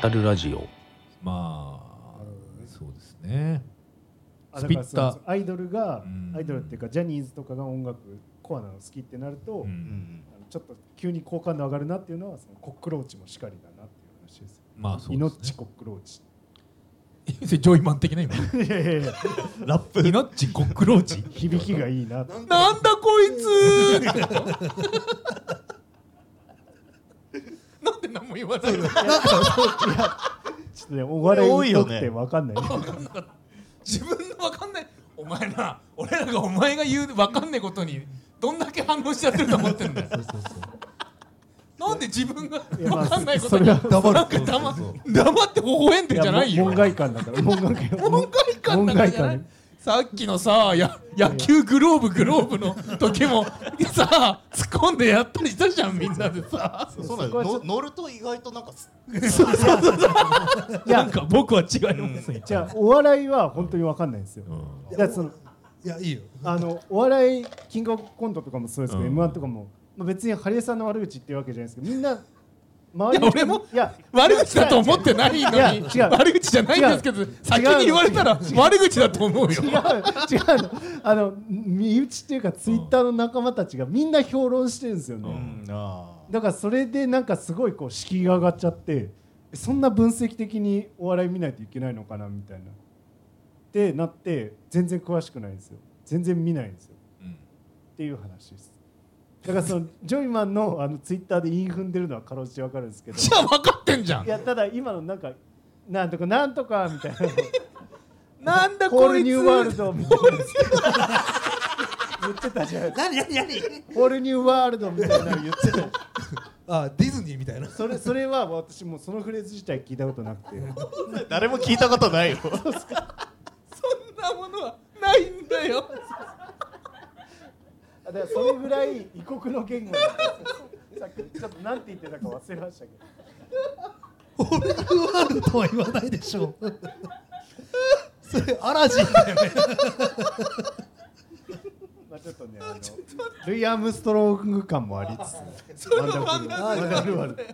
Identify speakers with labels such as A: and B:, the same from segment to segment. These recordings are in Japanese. A: 語るラジオ
B: まあ
C: なるほどね
B: そうですね
C: あ
B: ス
C: だ
B: ピ
C: か
B: ッタ
C: らそうそうアイドルが、
B: うん
C: アイドルっていうかジャニーズとかが音楽コアなの好きってなると、
B: う
D: うんん
C: あのちょっと急に好感度上がるなっていうのはそのコックローチもしかりだなっていう話ですよ
B: まあそうです
C: 命
B: ね
C: コックローチ
B: ジ ョイマン的な今
C: いやいやいや
D: ラップ
B: イノッチコックローチ
C: 響きがいいなって
B: なんだこいつなんで何も言わないの
C: ちょっとねお笑い
D: 多い
C: にと
D: よ
C: っ
D: ね
C: て分かんない、
B: 自分の分かんないお前な俺らがお前が言う分かんないことにどんだけ反応しちゃってると思ってんだよなんで自分が
C: いやまあ
B: 分かんないこと
C: そ
B: に
C: れは
B: 黙
D: 黙
B: って
D: る
B: 黙っ
D: そうそう
B: て黙って微笑んでんじゃないよ
C: 門外観だから門外 観
B: 門外観なんかじゃないさっきのさや野球グローブグローブの時もさ突っ込んでやったりしたじゃんみんなでさ
D: そうそうなん
C: そこは
D: だ
C: ちょっ
D: よ
C: と
D: の乗ると意外となんかす
C: いや
B: か僕は違いますね
C: じゃあお笑いは本当に分かんないんですよ、だからその
D: いやいいよ
C: あのお笑いキングオブコントとかもそうですけど、
B: うん
C: m 1とかも、まあ、別にハリエさんの悪口言ってるわけじゃないですけどみんな周
B: いや俺も
C: いや
B: 悪口だと思ってないの
C: いや違
B: に
C: う
B: 悪口じゃないんですけど先に言われたら悪口だと思うよ
C: 違う違うのあの身内っていうかツイッターの仲間たちがみんな評論してるんですよね、
D: うんあ
C: だからそれでなんかすごいこう敷居が上がっちゃってそんな分析的にお笑い見ないといけないのかなみたいなってなって全然詳しくないんですよ全然見ないんですよっていう話ですだからそのジョイマンのあのツイッターで韻踏んでるのはかろうじてわかるんですけど
B: じゃあ分かってんじゃ
C: い
B: ん
C: やただ今のなんかなんとかなんとかみたいな
B: なんだ
C: ホー
B: こ
C: ル
B: い
C: ニ
B: つ
C: ューワールドみたいな言ってたじゃん
D: 何何何
C: ホールニューワールドみたいなの言ってた
E: あディズニーみたいな
C: それそれは私もうそのフレーズ自体聞いたことなくて
D: 誰も聞いたことないよ
B: そんなものはないんだよ
C: だからそれぐらい異国の言語なんですさっきちょっとなんて言ってたか忘れましたけど
E: 俺にワールドは言わないでしょ うそれアラジンだよね
C: まあちょっとねあのルイ・アームストロング感もありつつ
B: それはワンダフル
C: ワンダフルワールドい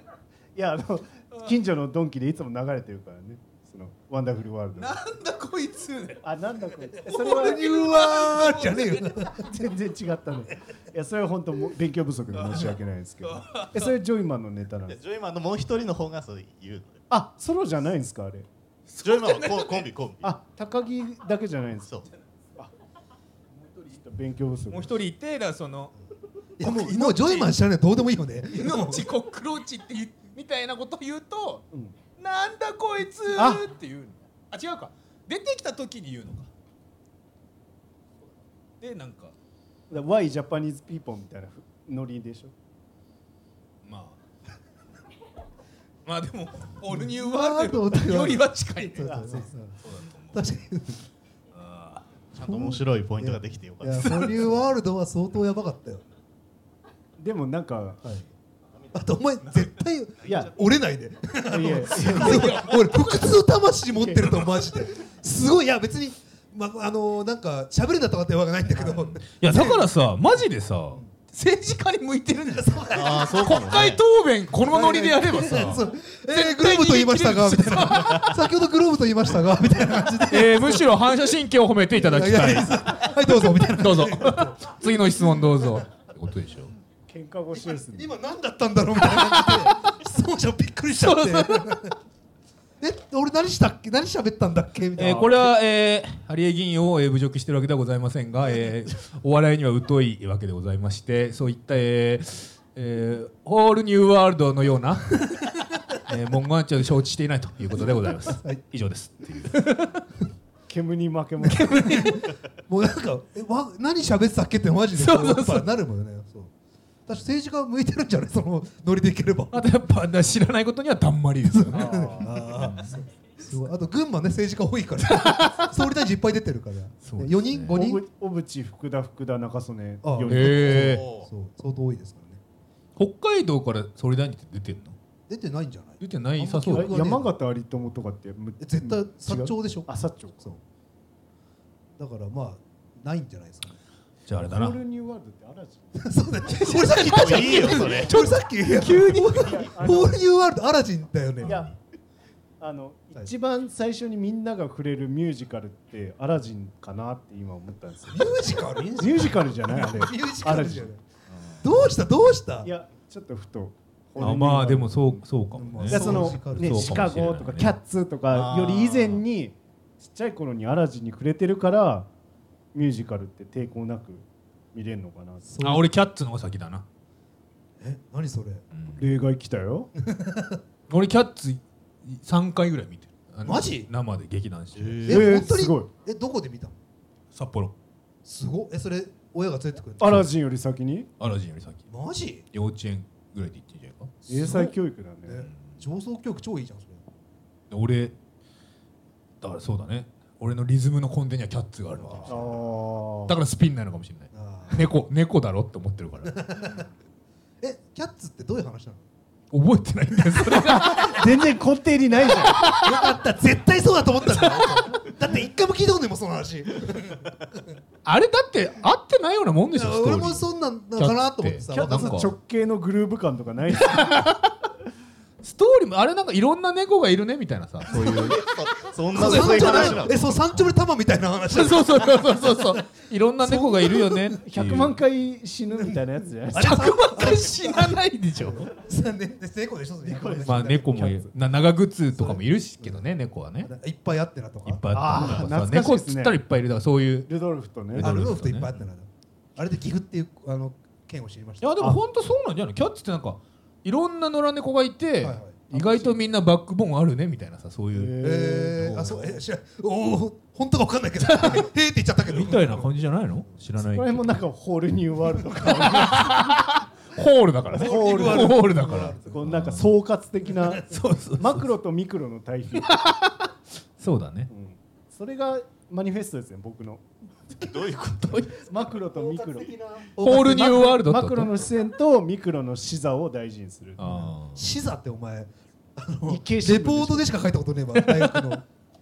C: やあの近所のドンキでいつも流れてるからねそのワンダフルワールド
B: なんだこいつ
C: あなんだこれそれは
E: うわーじゃねえよ
C: 全然違ったねいやそれは本当もう勉強不足で申し訳ないですけどえそれジョイマンのネタなん
D: いや
C: です
D: ジョイマンのもう一人の方がそう言うのよ
C: あソロじゃないんですかあれ
D: ジョイマンはコンコンビコンビ
C: あ高木だけじゃないんですか
D: そう
C: 勉強不足
B: もう一人いてだからその
E: いやもうもうジョイマン知らないどうでもいいよね
B: 命コックローチって言うみたいなこと言うと
C: うん
B: なんだこいつ
C: あ
B: っていうのあ違うか出てきた時に言うのかでなんか
C: だ Why Japanese people みたいなノリでしょ
B: まあ まあでもオールニュー
E: ワ
B: ワー
E: ールド
B: ル
E: って
B: ドよりは近いね
E: そうそうそうそう確かに
B: あ
D: ちゃんと面白いポイントができてよか
E: い
D: った
E: や
D: です
E: 保留ワールドは相当やばかったよ
C: でもなんか
E: はいあとお前絶対
C: い や
E: 折れないで
C: いや
E: 俺不屈の魂持ってると思うマジですごいいや別にまあのなんか喋れたとかってわけないんだ けど
B: ーいやだからさマジでさ政治家に向いてるんだよ
D: ああそうかも
B: 国
D: ね
B: 会答弁このノリでやればさ
E: そうえーグローブと言いましたがみたいな先ほどグローブと言いましたがみたいな感じで
B: えーむしろ反射神経を褒めていただきたい
E: はいどうぞみたいな
B: どうぞ 次の質問どうぞことでしょ
C: 喧嘩腰ですね
E: 今何だったんだろうみたいな感じで質問者びっくりしちゃって
B: そう
E: え俺何したっけ何喋ったんだっけみたい
B: え
E: な、
B: ーこれは、えー、ハリエ議員を、えー侮辱してるわけではございませんが、えー お笑いには疎いわけでございましてそういった、えーえーホールニューワールドのよう な、えー文言はちょっと承知していないということでございます、以上ですっていう
C: 煙に負けます
E: もうなんかえわ何喋ってたっけってマジで
B: そうそうそう
E: やっぱなるもんねそう私政治家向いてるんじゃないそのノリでいければ
B: あとやっぱな知らないことにはだんまりですよね
E: ああすごいあと群馬ね政治家多いから 総理大臣いっぱい出てるから、
B: そうですね
E: 4人5
C: 小
E: 人
C: 渕小渕福田福田中曽根
E: あ
C: より
B: へー
D: おー
E: そう相当多いですからね
B: 北海道から総理大臣って出てるの
E: 出てないんじゃない
B: 出てないさそ
E: あん
B: うだね
E: ま記憶
C: あ山形有友とかってむ
E: え絶対
C: 違
E: 薩
C: う
E: 長でしょ
C: あ薩長
E: そうだからまあないんじゃないですかね
B: じゃああれだ
C: ホ
B: な
C: ールニューワールドって
E: そうだよ。俺さっき
D: もういいよそれ
E: 俺さっき急にホ
C: やあの
E: ールニューワールドアラジンだよね。
C: アラジンいやあの一番最初にみんなが触れるミュージカルってアラジンかなって今思ったんですよ
E: ミュージカルミュ
C: ミュージカルじゃないあれ
E: ージカルじゃない
C: ア
E: どうしたどうした
C: ラジンいやちょっとふと
B: あまあでもそうそうかも
E: まあ
B: ね
C: いやその
E: ミュージカル
C: ね
E: そう
C: シカゴとかキ
B: ッ
C: ャッツとかより以前にちっちゃい頃にアラジンに触れてるからミュージカルって抵抗なく見れるのかなって
E: そう
B: あ俺キャッツの方が先だな、
E: え何それ
C: 例外来たよ
B: 俺キャッツ3回ぐらい見てるあの
E: マジ
B: 生で劇団して
E: え
D: え
C: ー
E: 本当に
C: すごい
E: えどこで見たの
B: 札幌
E: すごっえそれ親が連れてくるの
C: アラジンより先に
B: アラジンより先
E: マジ
B: 幼稚園ぐらいで行ってんじゃないか
C: 英才教育だね
E: ね上層教育超いいじゃんそれ
B: で俺だからそうだね俺のリズムの根底にはキャッツがあるのかもし
C: あ
B: れない
C: ー
B: だからスピンないのかもしれない
E: あー
B: 猫猫だろって思ってるから
E: えキャッツってどういう話なの
B: 覚えてないんだよそれが
C: 全然根底にない じゃん
E: よかった絶対そうだと思ったんだよ だって一回も聞いたことないもんその話
B: あれだって合ってないようなもんでしょストー
E: 俺
B: リー
E: もそんなんなのかなと思ってさ
B: キャッツ
E: わ
B: って
E: かんない
B: なんか
C: 直径のグルーヴ感とかないじ ゃん
B: ストーリーもあれなんかいろんな猫がいるねみたいなさそういう
D: そんな
E: そう
D: そうい
E: 山
D: う
E: 頂だ
D: 話
E: よ
D: なの
E: えそう山頂で玉みたいな話
B: そうそうそうそうそうそういろんな猫がいるよねっていう
C: 100万回死ぬみたいなやつじゃない
E: あれ
B: 100万回死なないでしょ
E: さねね猫でしょそれ
B: まあ猫もいるな長靴とかもいるしけどね猫はね
E: いっぱいあってなとか
B: いっぱいあったりとか
C: あー
B: さ
C: 懐かしい
B: 猫
C: っ
B: っ
C: すね
B: つったらいっぱいいるだからそういう
C: ルドルフとね
E: あ
B: ルド
E: ルド
B: ル
E: ル
B: フ
E: フ
B: と
E: と
B: ね
E: いっぱいあってなあれで岐阜っていうあの県を知りまし
B: い
E: た
B: やでも本当そうなんじゃないのキャッツってなんかいろんな野良猫がいて、
E: はいは
B: 意外とみんなバックボーンあるねみたいなさそういう、
E: え
B: え
E: ー、
B: ー
E: あそうえ知らおお本当かわか んないけどへーって言っちゃったけど
B: みたいな感じじゃないの知らない
C: これもなんかホールニューワールドか
B: ホールだからね
E: ホール
B: ホールだから
C: こうなんか総括的な
B: そうそう
C: マクロとミクロの対比、うん
B: そうだね
C: それがマニフェストですね僕の
D: どういうこと
C: マクロとミクロ
B: ホール ニューワールドって
C: マ
B: こ
C: ク
B: と
C: ロの視線とミクロの視座を大事にする
B: あー
E: シザってお前あのレ
C: 日経新聞でしょ
E: ポートでしか書いたことね えわ大学の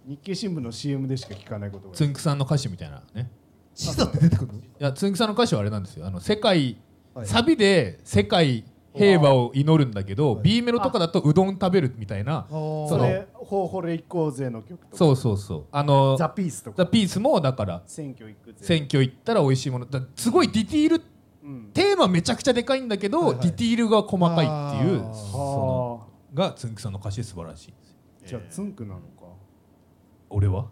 C: 日経新聞の CM でしか聞かないことが
B: つんくさんの歌詞みたいなね
E: シザって出てくるの
B: いやつんくさんの歌詞はあれなんですよあの世界、
E: はい
B: サビで世界平和を祈るんだけど、
E: はい
B: B メロとかだとうどん食べるみたいな
E: あ
B: そ
C: そ
B: の
C: れ「ホーホレ行こうぜ」の曲とか
B: そうそうそうあの
C: ザ・ピース」とか
B: ザ・ピースもだから
C: 「選挙行くぜ」
B: 選挙行ったら美味しいものだすごいディティール
C: うん、
B: テーマめちゃくちゃでかいんだけど、
E: はいはい
B: ディティールが細かいっていう
E: あー
B: その
C: は
B: がつんくさんの歌詞素晴らしいんですよ
C: あじゃあツンクなのか
B: 俺は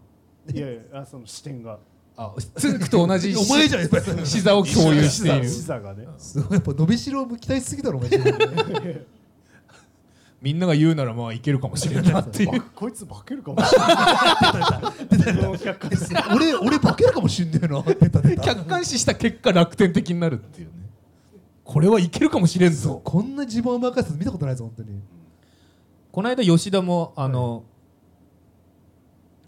B: い
C: やいやあその視点が
B: あつんくと 同じ
E: お前じゃんやっぱり
B: 視座を共有し
C: 視
B: て
C: 座
B: いる
C: 視座がね
E: すごいやっぱ伸びしろ期待しすぎだろお 前
B: みんなが言うならまあいけるかもしれんないってい う
C: こいつ化けるかもしれない 400回
E: 俺俺化けるかもしんねえな出た出た
B: 客観視した結果楽天的になるっていうねこれはいけるかもしれん
E: そう
B: ぞ
E: こんな自分を任せて見たことないぞ本当に
B: この間吉田もあの、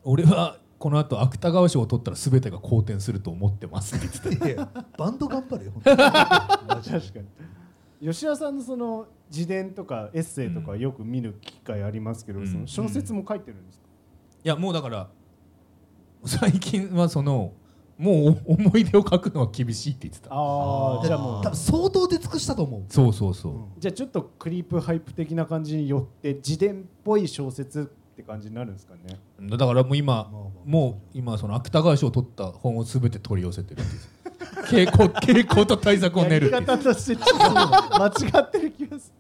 B: 俺はこの後芥川賞を取ったら全てが好転すると思ってますって言ってた
E: いやバンド頑張れよ 本当にマジで
C: 確かに吉田さんのその自伝とかエッセイとかよく見る機会ありますけど、
B: うん
C: その小説も書いてるんですか、
B: いやもうだから最近はそのもうお思い出を書くのは厳しいって言ってた
C: ああじゃあもう
E: 多分相当出尽くしたと思う
B: そうそうそう、
E: うん
C: じゃあちょっとクリープハイプ的な感じによって自伝っぽい小説って感じになるんですかね
B: だからもう今、
E: まあまあ
B: もう今その芥川賞を取った本を全て取り寄せてるって いう傾向傾向と対策を練るって
C: や
B: い
C: り
B: う
C: 方としてちょっと間違ってる気がす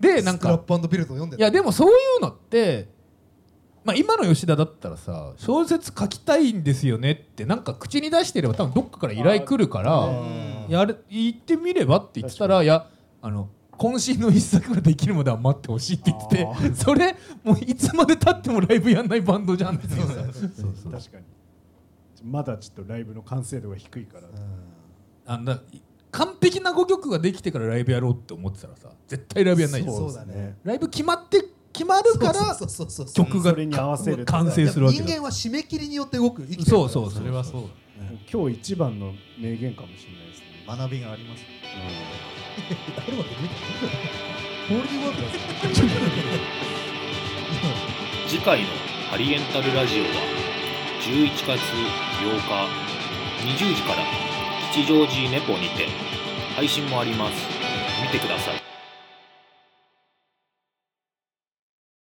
B: でなん
E: スクラッ
B: か
E: プビルドを読んで
B: いやでもそういうのってまあ今の吉田だったらさ小説書きたいんですよねってなんか口に出してれば多分どっかから依頼来るから、
E: うん
B: やる言ってみればって言ってたらいやあの渾身の一作ができるまでは待ってほしいって言
C: あ
B: ってて それもういつまでたってもライブやんないバンドじゃんっていうさそうそう
C: る確かにまだちょっとライブの完成度が低いから、
B: あのだ完璧な5曲ができてからライブやろうって思ってたらさ絶対ライブやんないじゃん
E: そうだね
B: ライブ決まって決まるから
E: そうそうそうそう
B: 曲が
C: それに合わせる
B: 完成するわけ
E: 人
B: だ
E: 間は締め切りによって動く生きてる
B: そうそう
E: う
B: それはそう
C: 今日一番の名言かもしれないですね、
D: 学びがあります
E: あるわけねえホールディングワーク
A: 次回のハリエンタルラジオは11月8日20時から吉祥寺ネポにて配信もあります見てください